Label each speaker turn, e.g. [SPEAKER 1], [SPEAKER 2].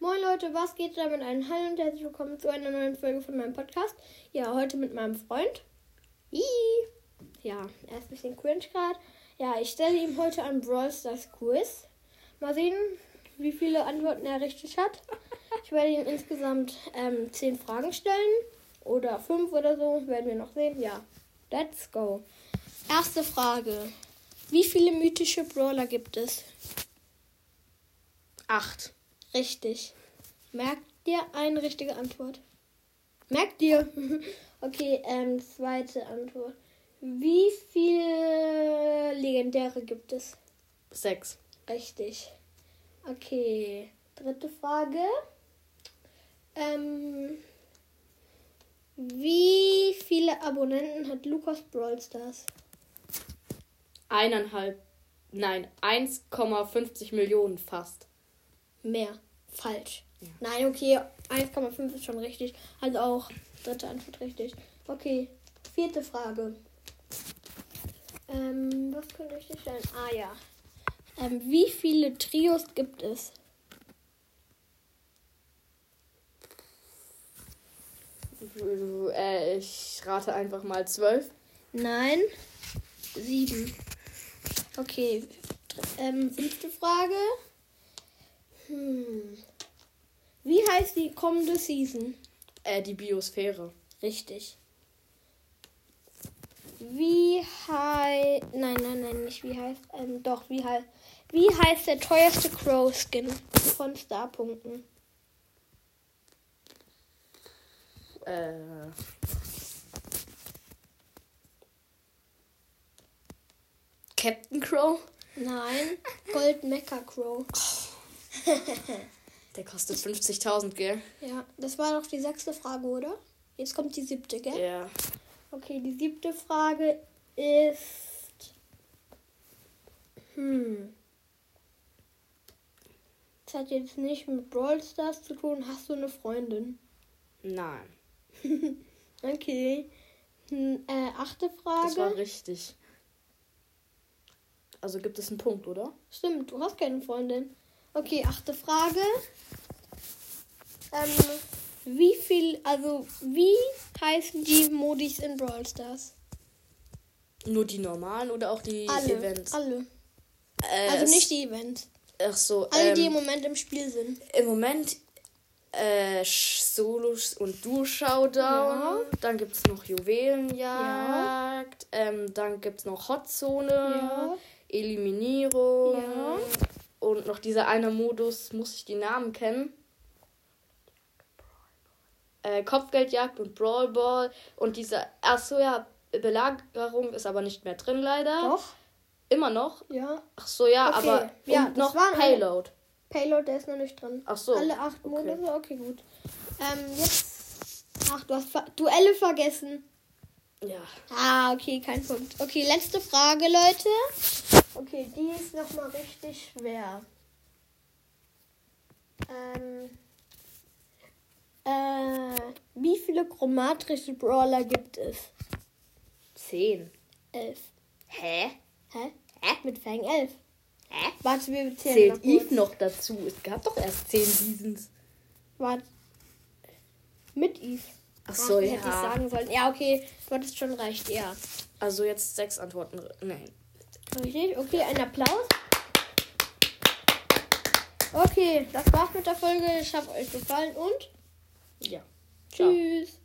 [SPEAKER 1] Moin Leute, was geht damit ein? Hallo und herzlich willkommen zu einer neuen Folge von meinem Podcast. Ja, heute mit meinem Freund. Ii. Ja, er ist ein bisschen cringe gerade. Ja, ich stelle ihm heute ein Brawl Stars Quiz. Mal sehen, wie viele Antworten er richtig hat. Ich werde ihm insgesamt ähm, 10 Fragen stellen. Oder 5 oder so, werden wir noch sehen. Ja, let's go. Erste Frage. Wie viele mythische Brawler gibt es?
[SPEAKER 2] Acht.
[SPEAKER 1] Richtig. Merk dir eine richtige Antwort. Merk dir. Okay, ähm, zweite Antwort. Wie viele Legendäre gibt es?
[SPEAKER 2] Sechs.
[SPEAKER 1] Richtig. Okay, dritte Frage. Ähm, wie viele Abonnenten hat Lukas Brawl Stars?
[SPEAKER 2] Eineinhalb. Nein, 1,50 Millionen fast.
[SPEAKER 1] Mehr. Falsch.
[SPEAKER 2] Ja.
[SPEAKER 1] Nein, okay, 1,5 ist schon richtig. Also auch dritte Antwort richtig. Okay, vierte Frage. Ähm, was könnte ich dir stellen? Ah ja. Ähm, wie viele Trios gibt es?
[SPEAKER 2] Äh, ich rate einfach mal zwölf.
[SPEAKER 1] Nein. Sieben. Okay. dr- Ähm, fünfte Frage. Hm. Wie heißt die kommende Season?
[SPEAKER 2] Äh, die Biosphäre.
[SPEAKER 1] Richtig. Wie heißt. Nein, nein, nein, nicht wie heißt. Ähm, doch, wie heißt. Wie heißt der teuerste Crow-Skin von Starpunkten?
[SPEAKER 2] Äh. Captain Crow?
[SPEAKER 1] Nein, Gold Mecha Crow.
[SPEAKER 2] Der kostet 50.000, gell?
[SPEAKER 1] Ja, das war doch die sechste Frage, oder? Jetzt kommt die siebte, gell?
[SPEAKER 2] Ja.
[SPEAKER 1] Okay, die siebte Frage ist. Hm. Das hat jetzt nicht mit Brawl Stars zu tun. Hast du eine Freundin?
[SPEAKER 2] Nein.
[SPEAKER 1] Okay. Hm, äh, achte
[SPEAKER 2] Das war
[SPEAKER 1] Frage.
[SPEAKER 2] richtig. Also gibt es einen Punkt, oder?
[SPEAKER 1] Stimmt, du hast keine Freundin. Okay, achte Frage. Ähm, wie viel, also wie heißen die Modis in Brawl Stars?
[SPEAKER 2] Nur die normalen oder auch die
[SPEAKER 1] Alle.
[SPEAKER 2] Events?
[SPEAKER 1] Alle.
[SPEAKER 2] Äh,
[SPEAKER 1] Also
[SPEAKER 2] es-
[SPEAKER 1] nicht die Events.
[SPEAKER 2] Ach so.
[SPEAKER 1] Alle, die
[SPEAKER 2] ähm,
[SPEAKER 1] im Moment im Spiel sind.
[SPEAKER 2] Im Moment äh, Sch- Solos und Duo-Showdown.
[SPEAKER 1] Ja.
[SPEAKER 2] Dann gibt es noch Juwelenjagd. Ähm, dann gibt es noch Hotzone.
[SPEAKER 1] Ja.
[SPEAKER 2] Eliminierung.
[SPEAKER 1] Ja.
[SPEAKER 2] Und noch dieser eine Modus, muss ich die Namen kennen? Äh, Kopfgeldjagd und Brawl Ball. Und dieser, ach so ja, Belagerung ist aber nicht mehr drin, leider.
[SPEAKER 1] Doch?
[SPEAKER 2] Immer noch.
[SPEAKER 1] Ja.
[SPEAKER 2] Ach so ja,
[SPEAKER 1] Okay,
[SPEAKER 2] aber
[SPEAKER 1] ja,
[SPEAKER 2] und
[SPEAKER 1] das
[SPEAKER 2] noch
[SPEAKER 1] waren alle.
[SPEAKER 2] Payload.
[SPEAKER 1] Payload, der ist noch nicht drin.
[SPEAKER 2] Ach so.
[SPEAKER 1] Alle acht
[SPEAKER 2] okay.
[SPEAKER 1] Monate? Okay, gut. Ähm, jetzt. Ach, du hast Ver Duelle vergessen.
[SPEAKER 2] Ja.
[SPEAKER 1] Ah, okay, kein Punkt. Okay, letzte Frage, Leute. Okay, die ist nochmal richtig schwer. Ähm, äh, wie viele chromatische Brawler gibt es?
[SPEAKER 2] 10.
[SPEAKER 1] Elf.
[SPEAKER 2] Hä?
[SPEAKER 1] Hä? Mit Fang elf.
[SPEAKER 2] Hä?
[SPEAKER 1] Warte, wir zählen
[SPEAKER 2] Zählt
[SPEAKER 1] noch kurz.
[SPEAKER 2] Eve noch dazu? Es gab doch erst 10 Seasons.
[SPEAKER 1] Warte. Mit Eve.
[SPEAKER 2] Ach so,
[SPEAKER 1] das
[SPEAKER 2] ja.
[SPEAKER 1] Hätte ich sagen sollen. Ja, okay, du hattest schon recht, ja.
[SPEAKER 2] Also jetzt sechs Antworten. Nein.
[SPEAKER 1] Richtig, okay, ein Applaus. Okay, das war's mit der Folge. Ich hoffe, euch gefallen und
[SPEAKER 2] Ja. Ciao.
[SPEAKER 1] tschüss.